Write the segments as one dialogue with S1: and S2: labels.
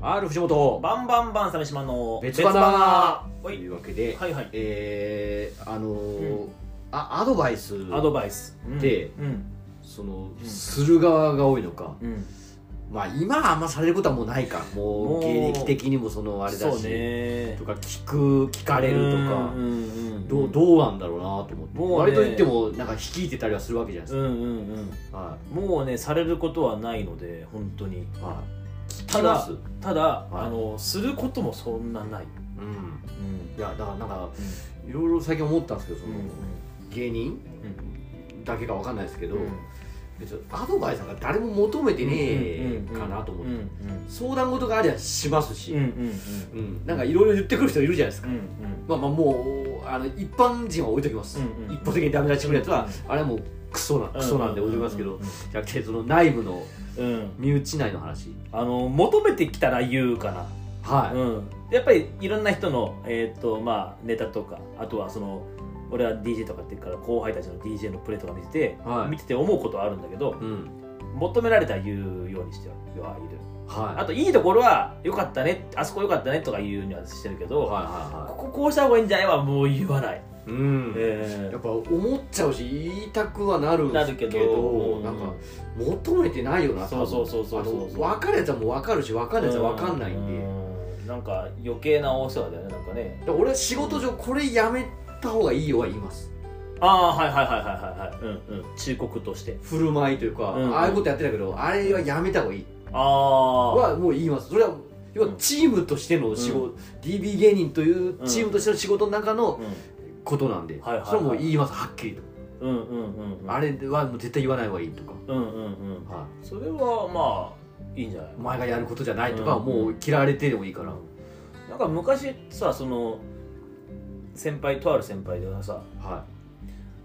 S1: R 藤本
S2: バンバンバン鮫島の
S1: 別バナ
S2: は
S1: と
S2: い
S1: いうわけで、
S2: はいはい
S1: えー、あのー
S2: う
S1: あアドバイス
S2: アドバイスうん
S1: で
S2: うん
S1: その、
S2: うん
S1: する側が多いのか
S2: うん
S1: まあ今はあんまされることはもうないかもう
S2: もう
S1: 芸歴的にもそのあれだ
S2: そう
S1: し、
S2: ね
S1: とか聞く聞かれるとか
S2: うんうんうん
S1: どうどうなんだろうなと思って、
S2: もうね
S1: 割と言ってもなんか率いてたりはするわけじゃないで
S2: う
S1: す
S2: んうんうん
S1: か、は
S2: もうねされることはないので本当に
S1: いはい聞
S2: た
S1: きま
S2: だ
S1: すうん
S2: ただあのすることもそんなないうん
S1: いやだからなんかいろいろ最近思ったんですけどその、芸人だけかわかんないですけど、別にアドバイスなんか誰も求めてねえかなと思って、相談事がありゃしますし、
S2: うんうんうん
S1: うんなんかいろいろ言ってくる人いるじゃないですか、
S2: うん
S1: まあまあもうあの一般人は置いときます、
S2: うんうん
S1: 一方的にダメ出ししてくるやつは、あれはもうクソなクソなんで置いときますけど、じゃなくてその内部の
S2: うん
S1: 身内内の話
S2: あの求めてきたら言うかな
S1: はい、
S2: うん、やっぱりいろんな人の、えーとまあ、ネタとかあとはその俺は DJ とかって言うから後輩たちの DJ のプレーとか見てて、
S1: はい
S2: 見てて思うことはあるんだけど
S1: うん
S2: 求められたら言うようにしてはいるあ
S1: は
S2: といいところは良かったねあそこ良かったねとか言うにはしてるけ
S1: い
S2: ど、
S1: はいはい
S2: こ
S1: は
S2: ここうした方がいいんじゃないはもう言わない、
S1: いうん
S2: え
S1: やっぱ思っちゃうし言いたくはなるんで
S2: な
S1: す
S2: る
S1: け
S2: け
S1: ど
S2: どうん
S1: なんか求めてないよな多分
S2: そうそうそうそうそう
S1: あの分かるやつはもう分かるし分かんないやつは分かんないんで、だか
S2: うんなんか余計な大世話だよねなんかね
S1: ら俺は仕事上これやめた方がいいよは言います
S2: ああーはいはいはいはいはいはい、うんうん、忠告として
S1: 振る舞いというか、
S2: うん
S1: ああいうことやってたけどあれはやめた方がいい
S2: ああ
S1: はもう言いますそれは要はチームとしての仕事、DB 芸人というチームとしての仕事の中の
S2: う
S1: ことなんで、
S2: はいはいはい
S1: それはもう言いますはっきりと、
S2: んうんうんうんうん
S1: あれはもう絶対言わない方がいいとか、
S2: うんうんうん
S1: はい
S2: それはまあいいんじゃない
S1: お前がやることじゃないとか、
S2: うん
S1: もう嫌われてでもいいから、
S2: なんか昔さその先輩とある先輩でさ
S1: は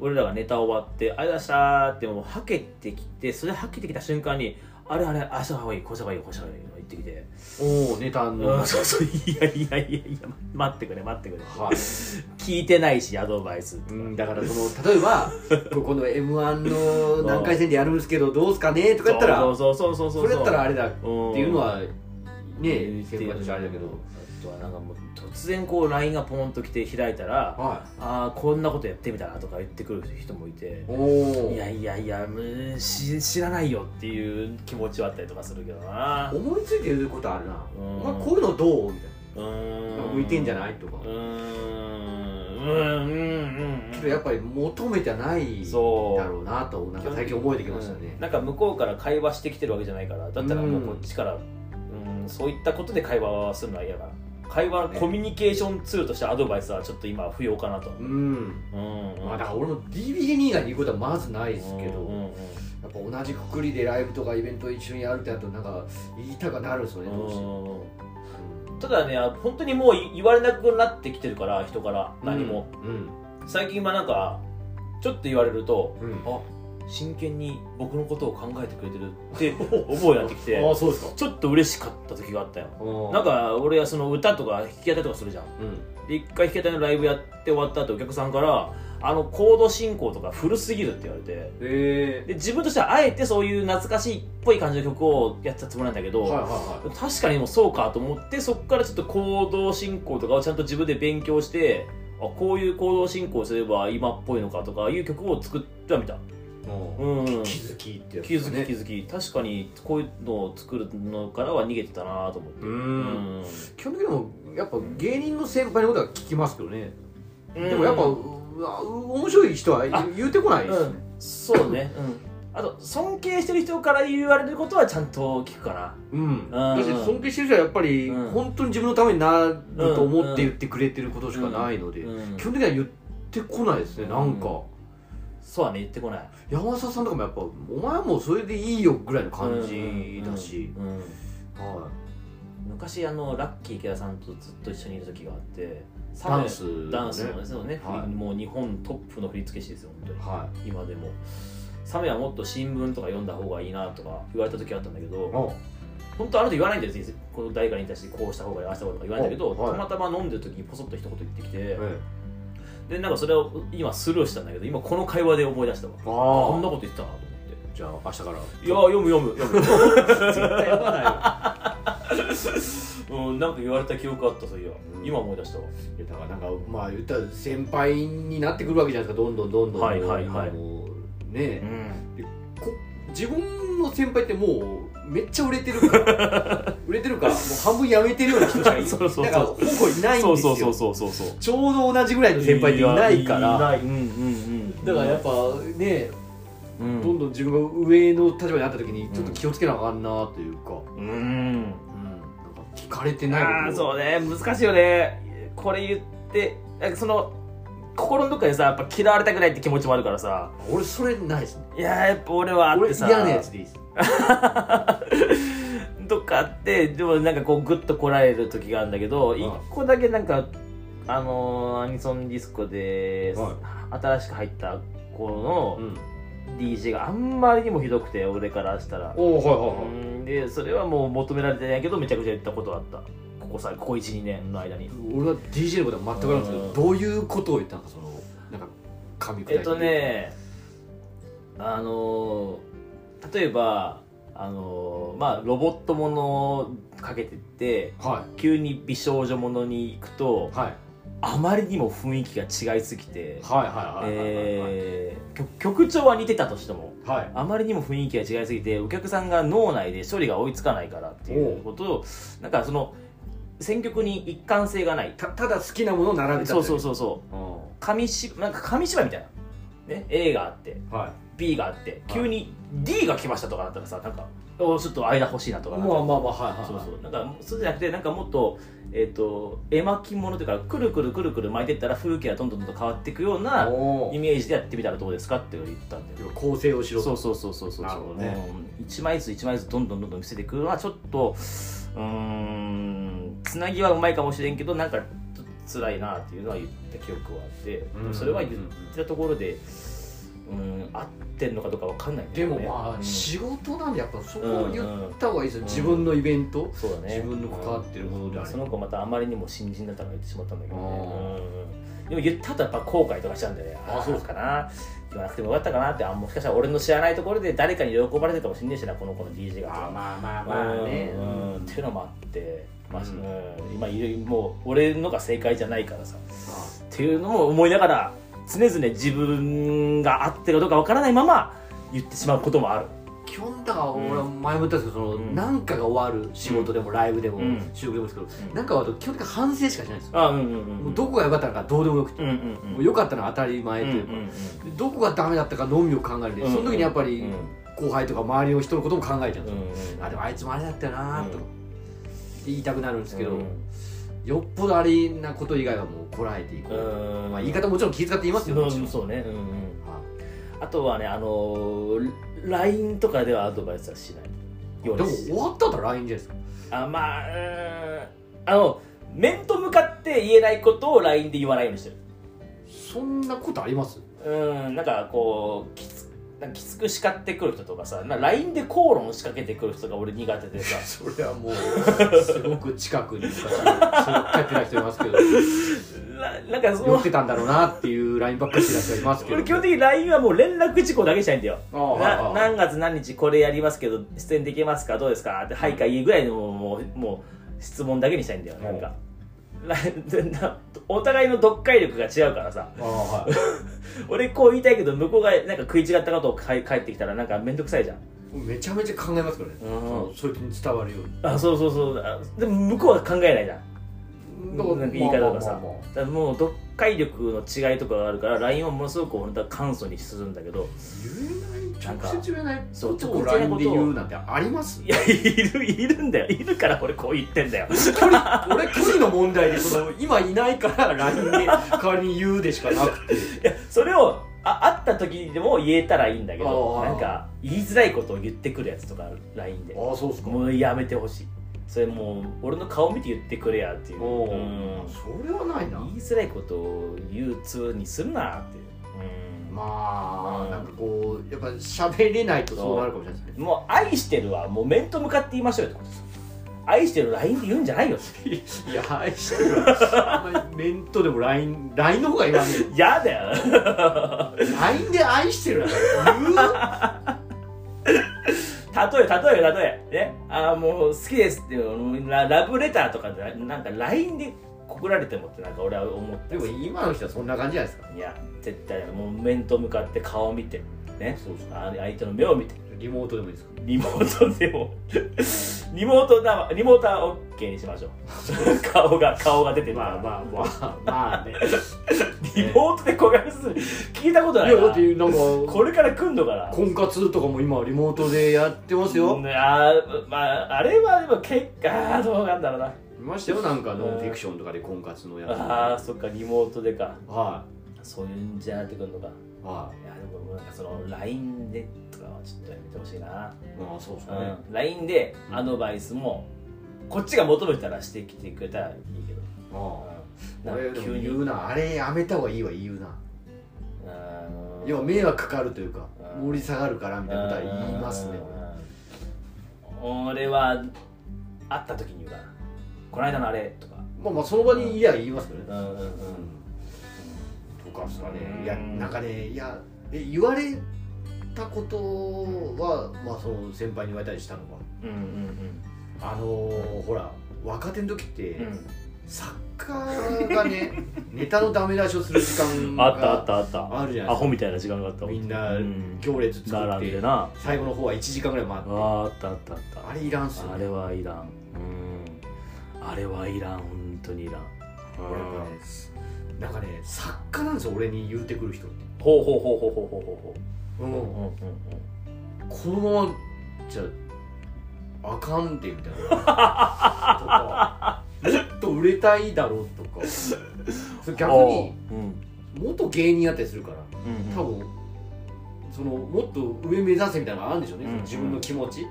S2: 俺らがネタ終わって「ありがとうございました」ってもうはけてきてそれはけてきた瞬間に「あれあれああした方がいいこうした方がいいこうした方がいい」言ってきて、
S1: い、おおネタの、
S2: う
S1: は
S2: ん、
S1: い
S2: そうそういやいやいやいや待ってくれ待ってくれ聞いてないしアドバイス
S1: うん、だからそ の例えばここの m 1の何回戦でやるんですけどどうすかねとかやったら
S2: そう
S1: そ
S2: そうそうそうそう
S1: れやったらあ
S2: れ
S1: れだっていうのはね先輩としてあれだけど
S2: あとはなんかもう突然こう LINE がポンと来て開いたら
S1: は
S2: ああこんなことやってみたらとか言ってくる人もいて
S1: いおお
S2: いやいやいやうんし知らないよっていう気持ちはあったりとかするけどな
S1: 思いついて言うことあるな、
S2: うん
S1: お前こういうのどうみたいうな、
S2: ーん
S1: 向いてんじゃないとか、
S2: うーんうんうんうん
S1: けどやっぱり求めてないだ
S2: そう
S1: ろうなとなんか最近思えてきましたね、
S2: なんか向こうから会話してきてるわけじゃないからだったらもうこっちからうんそういったことで会話はするのは嫌だな会話、
S1: ね
S2: コミュニケーションツールとしてアドバイスはちょっと今は不要かなと
S1: うん、
S2: うんうん
S1: まあだから俺も DBN 以外に言うことはまずないですけど、
S2: うんうんうん
S1: やっぱ同じくくりでライブとかイベントを一緒にやるってなるとなんか言いたくなるんですよねどうしても
S2: うんうんただねあ本当にもうい言われなくなってきてるから人から何も、
S1: うん
S2: 最近はなんかちょっと言われると
S1: うん、
S2: あ真剣に僕のことを考えてくれてるって思うようになってきて
S1: あそうですか
S2: ちょっと嬉しかった時があったよ
S1: な
S2: なん、か俺はその歌とか弾き語りとかするじゃん
S1: うん、
S2: で一回弾き語りのライブやって終わった後お客さんからあのコード進行とか古すぎるって言われて
S1: え
S2: で自分としてはあえてそういう懐かしいっぽい感じの曲をやってたつもりなんだけど、
S1: はいはいは
S2: 確かにもうそうかと思ってそこからちょっと行動進行とかをちゃんと自分で勉強してあこういう行動進行をすれば今っぽいのかとかいう曲を作ってはみた
S1: いも
S2: うん
S1: う気づきってやつ
S2: 気づき気
S1: き
S2: づき確かにこういうのを作るのからは逃げてたなと思って
S1: う
S2: うん
S1: 基本的にもやっぱ芸人の先輩のことは聞きますけどね、でもやっぱ
S2: う
S1: うんわ面白い人は
S2: あ
S1: 言うてこないですね、
S2: そうね、うん、あと尊敬してる人から言われることはちゃんと聞くかな
S1: うん、
S2: うん
S1: だし尊敬してる人はやっぱり、
S2: うん
S1: 本当に自分のためになると思って言ってくれてることしかないので、
S2: うん
S1: 基本的には言ってこないですねなんか、
S2: うんそうはね言ってこない
S1: 山里さんとかもやっぱ「お前はもうそれでいいよ」ぐらいの感じだし、
S2: うんうんうん
S1: は
S2: 昔あのラッキー池田さんとずっと一緒にいる時があって
S1: い、ダンス、ね、
S2: ダンスのねそうね、
S1: はい
S2: もう日本トップの振り付け師ですよ本当に
S1: はい
S2: 今でもサメはもっと新聞とか読んだ方がいいなとか言われた時あったんだけど
S1: あ
S2: 本当あの時言わないんだよ全然この誰かに対してこうした方がいいああした方がいいとか言わないんだけど、
S1: あはい
S2: たまたま飲んでる時にポソッと一言言ってきて
S1: ええ
S2: でなんかそれを今スルーしたんだけど今この会話で思い出したわ
S1: あ
S2: あ
S1: あ
S2: んなこと言ってたなと思って
S1: じゃあ明日から
S2: いや読む読む読む
S1: 絶対読まないよ
S2: うん、なんか言われた記憶あったそういや、
S1: うん
S2: 今思い出したわ
S1: いやだからなんかまあ言ったら先輩になってくるわけじゃないですかどんどんどんどん
S2: はいはいはい
S1: もうね、
S2: ん
S1: こ自分の先輩ってもうめっちゃ売れてるから 売れてるからもう半分やめてるような人しかい
S2: そうそうそう
S1: だからほぼいないんです
S2: そ
S1: よ
S2: うそうそうそうそうそう
S1: ちょうど同じぐらいの先輩っていないから
S2: いないうんうんうん
S1: だからやっぱね、
S2: うん
S1: どんどん自分が上の立場になった時に
S2: ん
S1: ちょっと気をつけなあかんなというか、
S2: うん
S1: うん、なんか聞かれてない
S2: ああそうね難しいよねこれ言ってなんかその心のどっかでさやっぱ嫌われたくないって気持ちもあるからさ
S1: 俺それないですね
S2: いやーやっぱ俺はあっ
S1: 俺
S2: てさ
S1: 嫌なやつでいいです
S2: どっかあってでもなんかこうグッとこられる時があるんだけど
S1: い
S2: 一個だけなんかあのーアニソンディスコで、
S1: は
S2: 新しく入った子の
S1: ん
S2: DJ があんまりにもひどくて俺からしたら
S1: おおは
S2: うんでそれはもう求められてないけどめちゃくちゃ言ったことあったここさここ12年の間に
S1: 俺は DJ のことは全く分からないんですけどどういうことを言ったのかそのなんか髪
S2: えっとねあのー例えばあのーまあロボットものをかけてって
S1: は
S2: 急に美少女ものに行くと
S1: いはい
S2: あまりにも雰囲気が違いすぎて、
S1: はいはいはいはいはい
S2: えー曲曲調は似てたとしても
S1: はい
S2: あまりにも雰囲気が違いすぎてお客さんが脳内で処理が追いつかないからっていうことをなんかその選曲に一貫性がない
S1: たただ好きなものを並べた
S2: そうそう
S1: う
S2: そうそう
S1: は
S2: 紙しなんか紙芝居みたいな、ね、A があって
S1: い
S2: B があって急に D が来ましたとかだったらさなんかおちょっと間欲しいなと
S1: ま
S2: か
S1: あま
S2: なんか
S1: あまあはいはい
S2: そうそうなんかそうじゃなくてなんかもっと,、えっと絵巻物というかくるくるくるくる巻いてったら風景がどんどんどんどん変わっていくような
S1: お
S2: イメージでやってみたらどうですかって言ったんだよ
S1: ー構成をしろ
S2: そう
S1: と
S2: そうそうそうそう
S1: なるほどね
S2: うん一枚ずつ一枚ずつどんどんどんどん見せていくのはちょっとうーんつなぎはうまいかもしれんけどなんかちょっと辛いなっていうのは言った記憶はあって、でもそれは言ったところでうん合ってんのかどうかわかんないんだ
S1: で
S2: よね
S1: もま
S2: う
S1: あ
S2: ん
S1: 仕事なんでやっぱそこ
S2: うんう
S1: を
S2: ん
S1: 言った方がいいですよ
S2: うん
S1: 自分のイベント
S2: そうだ
S1: 自
S2: ね
S1: 分の関わってるものであれば
S2: その子またあまりにも新人だったから言ってしまったんだけどね、
S1: あ
S2: うんでも言ったとやっぱ後悔とかしちゃうんだよね
S1: あそう
S2: ーかな言わなくてもよかったかなってあもしかしたら俺の知らないところで誰かに喜ばれてるかもしんねえしなこの子の DJ が
S1: まあま
S2: うんっていうのもあって、まあ
S1: うん
S2: うん今いるもう俺のが正解じゃないからさっていうのも思いながら常々自分が合ってるかどうかわからないまま言ってしまうこともある
S1: 基本だから俺は前も言ったんですけどその
S2: うん
S1: なんかが終わる仕事でもライブでも
S2: うん
S1: 収録でもですけど
S2: うん
S1: なんかは基本的に反省しかしないんですよ
S2: あうんうんうん
S1: もうどこが良かったのかどうでもよくて
S2: うんうんうん
S1: もう良かったのは当たり前
S2: う
S1: と
S2: ん
S1: いう
S2: う
S1: か
S2: ん
S1: でどこがダメだったかのみを考えるで
S2: うん
S1: その時にやっぱ
S2: う
S1: り
S2: ん
S1: 後輩とか周りの人のことも考えちゃうんです
S2: う
S1: よ
S2: ん
S1: あでもあいつもあれだったよなと
S2: うん
S1: 言いたくなるんですけど
S2: うん
S1: よっぽどあれなこと以外はもうこらえていこう
S2: うん
S1: まあ言い方もちろん気遣って言いますよもちろ
S2: うんんそうね、うんうん
S1: は
S2: あとはねあのー LINE とかではアドバイスはしない
S1: い
S2: よう
S1: でも
S2: に
S1: 終わったら LINE じゃないですか
S2: あまあうーんあの面と向かって言えないことを LINE で言わないようにしてる
S1: そんなことあります
S2: うんなんかこうきつなんかきつく叱ってくる人とかさな LINE で口論仕掛けてくる人が俺苦手 でさ
S1: それはもうすごく近くに昔やってた人いますけど
S2: ななんかそ
S1: 酔っ
S2: の
S1: てたんだろうなっていうラインばっかりしてらっしゃいますけど
S2: 俺基本的に LINE はもう連絡事項だけじゃないんだよ
S1: ああはいは
S2: ない何月何日これやりますけど出演できますかどうですかって「はい」か「いい」ぐらいのもうもう質問だけにしたいんだよなんか。なな お互いの読解力が違うからさ
S1: ああはい
S2: 俺こう言いたいけど向こうがなんか食い違ったことをかい返ってきたらなんか面倒くさいじゃん
S1: めちゃめちゃ考えますからね
S2: うん
S1: それに伝わるように
S2: あそうそうそうあでも向こうは考えないじゃん
S1: だから
S2: なんか言い方とかさ
S1: まあまあまあまあ
S2: だからもう読解力の違いとかがあるから LINE はものすごく本当は簡素にするんだけど
S1: 言えない直接言えない
S2: そう
S1: ことを
S2: 直接言
S1: LINE
S2: えないことを
S1: で言うなんてあります
S2: いやいるいるんだよいるから俺こう言ってんだよ
S1: 俺距離の問題でその今いないから LINE で代わりに言うでしかなくて
S2: いやそれをあ会った時にでも言えたらいいんだけど
S1: あー
S2: なんか言いづらいことを言ってくるやつとか LINE で
S1: ああそうっすか
S2: もうやめてほしいそれもう俺の顔見て言ってくれやっていう
S1: おう
S2: うん
S1: それはないな
S2: 言いづらいことを言う通にするなっていう、うん
S1: ま
S2: う
S1: あ
S2: ん
S1: なんかこうやっぱ喋れないとそうなるかもしれないですね
S2: もう愛してるはもう面と向かって言いましょうよってことですよ愛してる LINE で言うんじゃないよって
S1: いや愛してるわあんまり面とでも LINE, LINE の方が言わね
S2: やだよ
S1: え LINE で愛してるなんて言う
S2: 例え例え例えねあーもう好きですっていうララブレターとかでなんか LINE で告られてもってなんか俺は思った
S1: でも今の人はそんな感じじゃないですか
S2: いや絶対もう面と向かって顔を見てね
S1: そうそう
S2: あー相手の目を見て
S1: リモートでもいいですか
S2: リモートでも リモートだリモートは OK にし ましょう顔が顔が出てる
S1: まあまあまあまあね
S2: リモートで小顔する聞いたことない
S1: いや
S2: な
S1: だってなんか
S2: これから来んのかな
S1: 婚活とかも今リモートでやってますよ
S2: うんあーまああれはでも結果あーどうなんだろうな
S1: 見ましたよなんかノンフィクションとかで婚活のやつ
S2: あー
S1: は
S2: そっかリモートでか
S1: いは
S2: そういうんじゃなってくるのかい
S1: いま
S2: やでもなんかその LINE でとかはちょっとやめてほしいな、
S1: あそうです
S2: う
S1: ね
S2: ん LINE でアドバイスもこっちが求めたらしてきてくれたらいいけど、
S1: あ
S2: うん
S1: あ
S2: な
S1: あれ
S2: ん
S1: で
S2: か
S1: も
S2: 急に
S1: 言うなあれやめた方がいいわ言うな
S2: うん
S1: 要は迷惑かかるというか
S2: うん
S1: 盛り下がるからみたいなことは言いますね
S2: うん俺は会った時に言うからこの間のあれとか
S1: まあまあその場にいや言いますけどね
S2: うんうんうん
S1: とかですか
S2: う
S1: ね
S2: ん
S1: いやなんかねいやえ言われたことはまあその先輩に言われたりしたのは
S2: うん
S1: あのーほら若手の時って、
S2: うんうん
S1: 作家がね ネタのダメ出しをする時間が
S2: あったあったあった
S1: あるじゃないですか
S2: アホみたいな時間があった
S1: みんな
S2: うん
S1: 行列作っ
S2: 並ん
S1: て、
S2: でなあ
S1: 最後の方は1時間ぐらい待って
S2: あったあったあっ
S1: あれいらんっすよ
S2: たあ
S1: ね
S2: れはいらんうんあれはいらん本当にいらん
S1: 俺やっぱねなんかね作家なんですよ俺に言うてくる人って、
S2: ほうほうほうほうほうほうほうほ
S1: うん
S2: ううんうんうん
S1: このままじゃあかんでみたいなとかもっと売れたいだろうとかそれ逆に
S2: うん
S1: 元芸人やったりするから
S2: うん
S1: 多分そのもっと上目指せみたいなのがあるんでしょうね、
S2: うん
S1: 自分の気持ち、
S2: う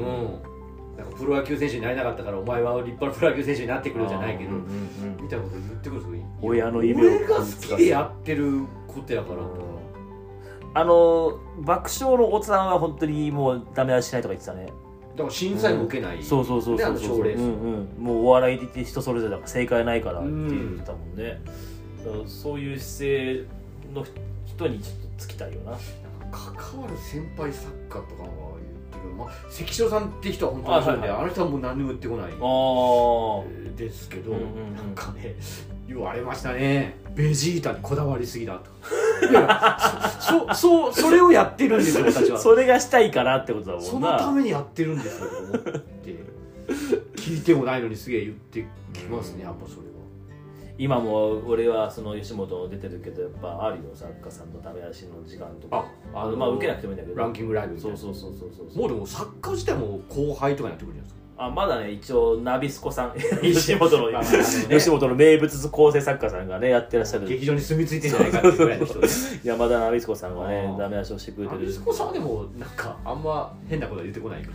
S2: ん
S1: うん
S2: うんうん
S1: なんかプロ野球選手になれなかったからお前は立派なプロ野球選手になってくるじゃないけど、
S2: うんうんうん
S1: みたいなこと言ってくるんですよ
S2: 親の夢を
S1: 俺が好きでやってることやから
S2: あの爆笑のおっさんは本当にもうダメ出ししないとか言ってたね
S1: だから審査員も受けない、
S2: そうそうそう
S1: であ
S2: そ
S1: の
S2: うそう、
S1: 賞レース
S2: うんうん、もうお笑いって人それぞれだから正解ないからって言ってたもんね、だからそういう姿勢の人にちょっとつきたいよな
S1: 関わる先輩作家とかは言ってくる、まあ、関所さんって人は本当にそうで
S2: あ
S1: あ,、
S2: はい
S1: の人はもう何も言ってこない
S2: あ
S1: ですけど、
S2: うんうんうん
S1: なんかね言われましたねベジータにこだわりすぎだといやいやそそそうそれをやってるんですよ私は
S2: あ
S1: そ
S2: それがしたいからってことだもん
S1: の
S2: な
S1: ためにやってるんですよと思って聞いてもないのにすげえ言ってきますねやっぱそれは
S2: 今も俺はその吉本出てるけどやっぱあるよ作家さんのダメ出しの時間とか
S1: あ
S2: あのまあ受けなくてもいいんだけど
S1: ランキングライブみたい
S2: そう
S1: な
S2: そうそうそうそう
S1: もうでも作家自体も後輩とかになってくるじゃないですか
S2: あまだね一応ナビスコさ ん吉本の、
S1: まあまああのね
S2: 吉本の名物構成作家さんがねやってらっしゃる
S1: 劇場に住み着いてんじゃないかっていうぐらいの人 ね
S2: 山田ナビスコさんが
S1: あ
S2: ね
S1: ー
S2: ダメ出しをしてくれて
S1: あ
S2: る
S1: 息子さんはでもなんかあんま変なことは言ってこないけど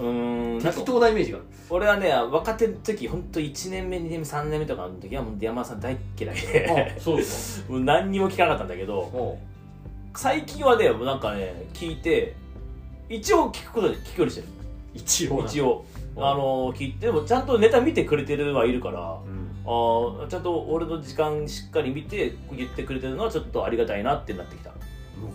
S2: うーんなんか
S1: 適当なイメージがある
S2: 俺はね若手の時本当1年目2年目3年目とかの時はもう山田さん大っ嫌いで
S1: そうです
S2: もう何にも聞かなかったんだけど
S1: お
S2: 最近はねもうなんかね聞いて一応聞くことで聞くようにしてる
S1: 一応
S2: 一
S1: 応、
S2: 応
S1: うん
S2: あの聞いてでもちゃんとネタ見てくれてるはいるから
S1: うん、
S2: あーちゃんと俺の時間しっかり見て言ってくれてるのはちょっとありがたいなってなってきた、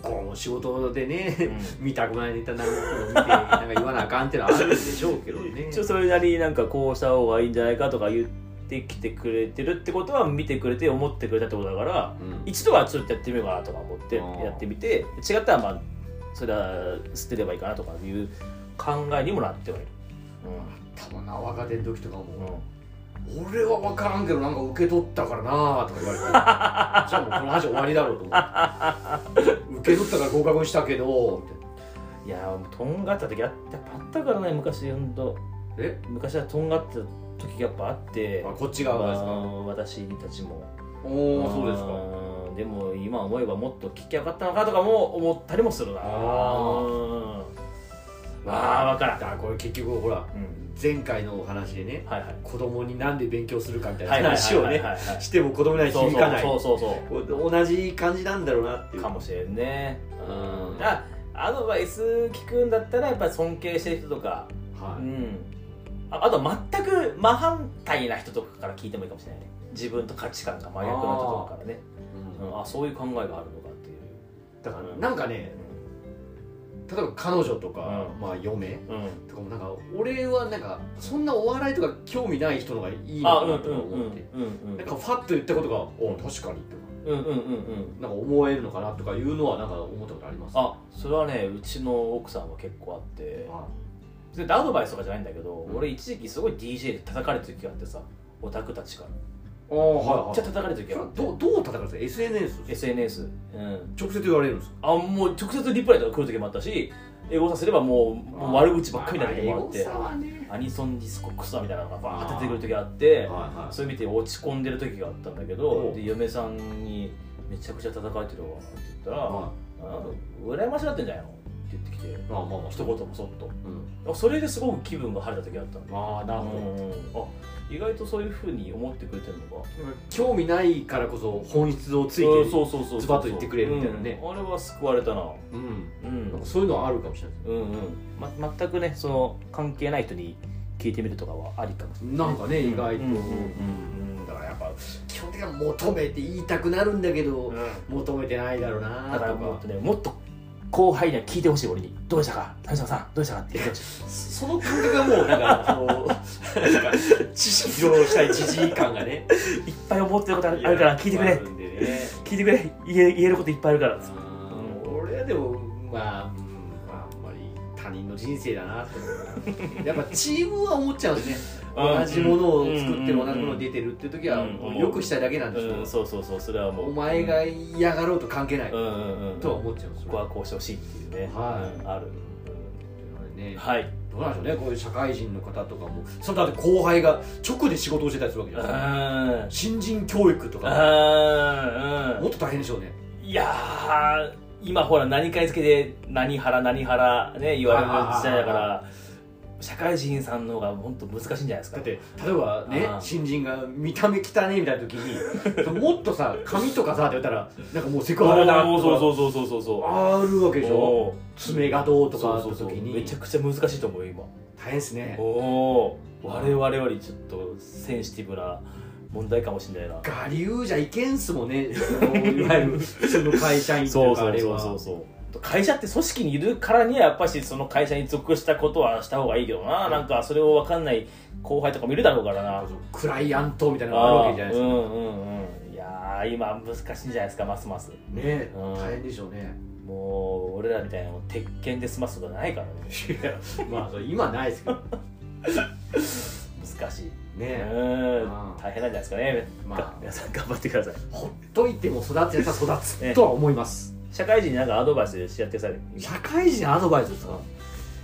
S1: 向こうも仕事でね、
S2: う
S1: 見たくないネタなんか見てなんか言わなあかんってのはあるんでしょうけどね
S2: 一応それなりになんかこうした方がいいんじゃないかとか言ってきてくれてるってことは見てくれて思ってくれたってことだから
S1: うん
S2: 一度はちょっとやってみようかなとか思って
S1: あー
S2: やってみて違ったらまあそれは捨てればいいかなとかいう考えにもなってはいる、
S1: 多分な若手の時とかも、
S2: うんうん
S1: 俺は分からんけどなんか受け取ったからなあとか言わ れてじゃあもうこの話終わりだろうと思って受け取ったから合格したけどみたいない
S2: やーもうとんがった時あったやっぱあったからね昔ほんと
S1: え
S2: 昔はとんがった時がやっぱあって
S1: あこっち側がですか
S2: まあ私たちも
S1: おおそうですか
S2: かでも今思えばもっと聞きゃよかったのかとかも思ったりもするな
S1: あー
S2: うんまあわからん、
S1: だからこれ結局ほら
S2: うん、
S1: 前回のお話でね
S2: はいはい
S1: 子供になんで勉強するかみたいな
S2: はいはい
S1: 話を
S2: はい
S1: ね
S2: はいはい
S1: しても子供には
S2: そう
S1: 響かない
S2: そうそうそうそ
S1: こう同じ感じなんだろうなっていうう
S2: かもしれんね
S1: うん
S2: あアドバイス聞くんだったらやっぱり尊敬してる人とかう
S1: はい
S2: んああとは全く真反対な人とかから聞いてもいいかもしれないね自分と価値観が真逆な人とかからね
S1: うん
S2: うんあそういう考えがあるのかっていう
S1: だからなんかね例えば彼女とか、
S2: うん
S1: まあ嫁
S2: うん
S1: とかもなんか俺はなんかそんなお笑いとか興味ない人の方がいい
S2: あ
S1: の
S2: う
S1: かなんとか
S2: んううん
S1: 思って、
S2: うんうん
S1: なんかファッと言ったことが「お確かに」とか
S2: うんうんうんうん
S1: なんか思えるのかなとかいうのはなんか思ったことあります
S2: あそれはねうちの奥さんは結構あって
S1: は
S2: 別にアドバイスとかじゃないんだけど、
S1: うん
S2: 俺一時期すごい DJ で叩かれた時があってさオタクたちから
S1: いああはい
S2: め
S1: は
S2: っ
S1: い
S2: ちゃ叩かれた時があって
S1: どうどう戦うんですか SNS です
S2: SNS うん
S1: 直接言われるんですか
S2: あもう直接リプライとか来る時もあったし英語させればもうもう悪口ばっかりになる時もあって、
S1: まあまあエゴサはね
S2: アニソンディスコクソみたいなのがバーって出てくる時あって
S1: はいはい
S2: それ見て落ち込んでる時があったんだけど
S1: お
S2: で嫁さんに「めちゃくちゃ叩かれてるわ」って言ったら「
S1: は
S2: あ羨ましなってんじゃないの?」って言ってきて
S1: いまあまあまあ
S2: 一言もそっと
S1: うん
S2: あそれですごく気分が晴れた時あったんだ
S1: ああなるほど、
S2: あ意外とそういうふうに思ってくれてるのが
S1: 興味ないからこそ本質をついて
S2: うんそうそうそうそう
S1: ズバッと言ってくれるみたいなね
S2: うんあれは救われたな
S1: うん
S2: うん
S1: なんかそういうのはあるかもしれないで
S2: うんうん、ま、全くねその関係ない人に聞いてみるとかはありかもし
S1: すなんかね意外と、
S2: うんうん
S1: うんだからやっぱ基本的には求めて言いたくなるんだけど、
S2: れない、
S1: 求めてないだろうな
S2: だから
S1: と
S2: も
S1: か
S2: っとねもっと後輩には聞いてほしい俺に「どうでしたか谷島さんどうでしたか?」って言ってほしい
S1: その感覚がもうなんかあのなんか知識披露したいじじい感がね
S2: いっぱい思ってることあるあるから聞いてく
S1: あ
S2: れ
S1: るんでね
S2: 聞いてくれ言え言えることいっぱいあるから
S1: うん俺はでもまあ、うんまあ、あんまり他人の人生だなって思 うやっぱチームは思っちゃうんですね
S2: うん
S1: 同じものを作って
S2: うん
S1: る同じものが出てるっていう時は
S2: うん
S1: もうよくしたいだけなんですけ
S2: うんそうそうそうそれはも
S1: ど
S2: う
S1: お前が嫌がろうと関係ない
S2: うんうんうん
S1: とは思っちゃうんです
S2: そ
S1: よ
S2: こはこうしてほしいっていうね、
S1: はい
S2: うんある、
S1: ね
S2: はい
S1: どうなんでしょうねこういう社会人の方とかもそのだって後輩が直で仕事をしてたりするわけじゃないですか
S2: あ
S1: 新人教育とか
S2: あ
S1: もっと大変でしょうね
S2: いやー今ほら何かにつけて何腹何腹ね言われる時代だから社会人さんの方が本当難しいんじゃないですか
S1: だって例えばね
S2: あー
S1: 新人が見た目汚ねみたいな時 にもっとさ髪とかさって言ったらなんかもうセクハラだ
S2: おーそう
S1: と
S2: そうそうそうそうそう
S1: かあるわけでしょ
S2: おー
S1: 爪がどうとかあった
S2: そうそうそう
S1: 時
S2: め
S1: に
S2: ちゃくちゃ難しいと思うよ今
S1: 大変ですね
S2: おおー我々よりちょっとセンシティブな問題かもしれないな
S1: 我流じゃいけんすもんねそのいわゆる普通の会社員
S2: そ
S1: と
S2: う
S1: か
S2: そ
S1: あ
S2: う
S1: れ
S2: そう
S1: は
S2: そうそう会社って組織にいるからにはやっぱしその会社に属したことはした方がいいけどな、なんかそれを分かんない後輩とかもいるだろうからな
S1: なんかそのクライアントみたいなのがある
S2: あ
S1: わけじゃないで
S2: う
S1: すか
S2: んうんうんいやー今難しいんじゃないですかますます
S1: ね
S2: うん
S1: 大変でしょうね
S2: もう俺らみたいなの鉄拳で済ますことないからね
S1: いやまあそれ今ないですけ ど
S2: 難しい、う
S1: ね
S2: ー
S1: うん
S2: ん大変なんじゃないですかね、
S1: まあ
S2: が皆さん頑張ってください
S1: ほっといても育つやつは育つとは思います
S2: 社会人になんかアドバイスしやってください
S1: 社会人アドバイスですか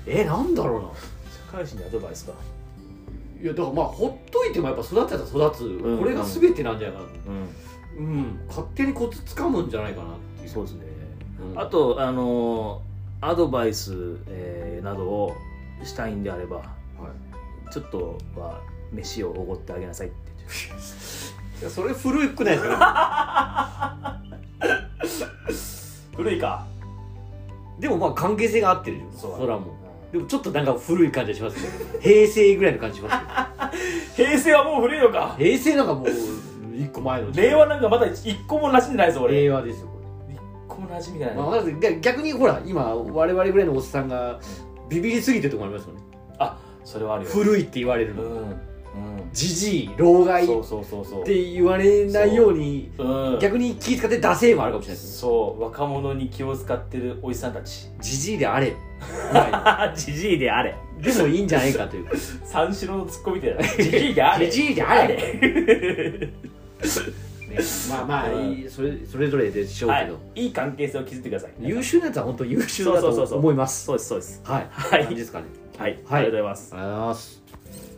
S1: えなんだろうな
S2: 社会人にアドバイスか
S1: いやだからまあほっといてもやっぱ育てたら育つ、
S2: んうん
S1: これが全てなんじゃないかな
S2: うん
S1: うん勝手にコツ掴むんじゃないかなっていう
S2: そうですね
S1: うん
S2: あとあのーアドバイス、えーなどをしたいんであれば
S1: はい
S2: ちょっとは飯をおごってあげなさいって言って
S1: いやそれ古くないです か
S2: 古いか
S1: でもまあ関係性が合ってるでし
S2: そう
S1: ょ
S2: だね
S1: そらもうでもちょっとなんか古い感じがしますけど平成ぐらいの感じします
S2: 平成はもう古いのか
S1: けど平成なんかもう一個前の
S2: 令和なんかまだ一個も馴染んでないぞ俺一
S1: 令和ですよこ
S2: 個も馴染みが
S1: れ、
S2: な
S1: まあ
S2: い、
S1: わかんないです、逆にほら今我々ぐらいのおっさんがビビりすぎてるとこもありますよね
S2: それはあるよ
S1: 古いって言われる
S2: う
S1: の
S2: ん、
S1: じじい老
S2: う
S1: 害
S2: ん、そうそうそうそう
S1: って言われないように
S2: うん
S1: 逆に気遣って出せもあるかもしれないですね
S2: そう若者に気を使ってるおじさんたち
S1: じじいであれぐら
S2: じじいであれ
S1: いでもいいんじゃないかというか
S2: 三四郎のツッコミみたいな じじいであれ
S1: じじいであれ
S2: れ
S1: ねまあまあ
S2: うん
S1: いいそれそれぞれでしょう
S2: は
S1: けど、
S2: いいい関係性を築いてください
S1: 優秀なやつは本当優秀だと思います
S2: そうですそうです
S1: はい
S2: はい
S1: 感じですかね
S2: はい、
S1: はい
S2: ありがとうございます
S1: ありがとうございます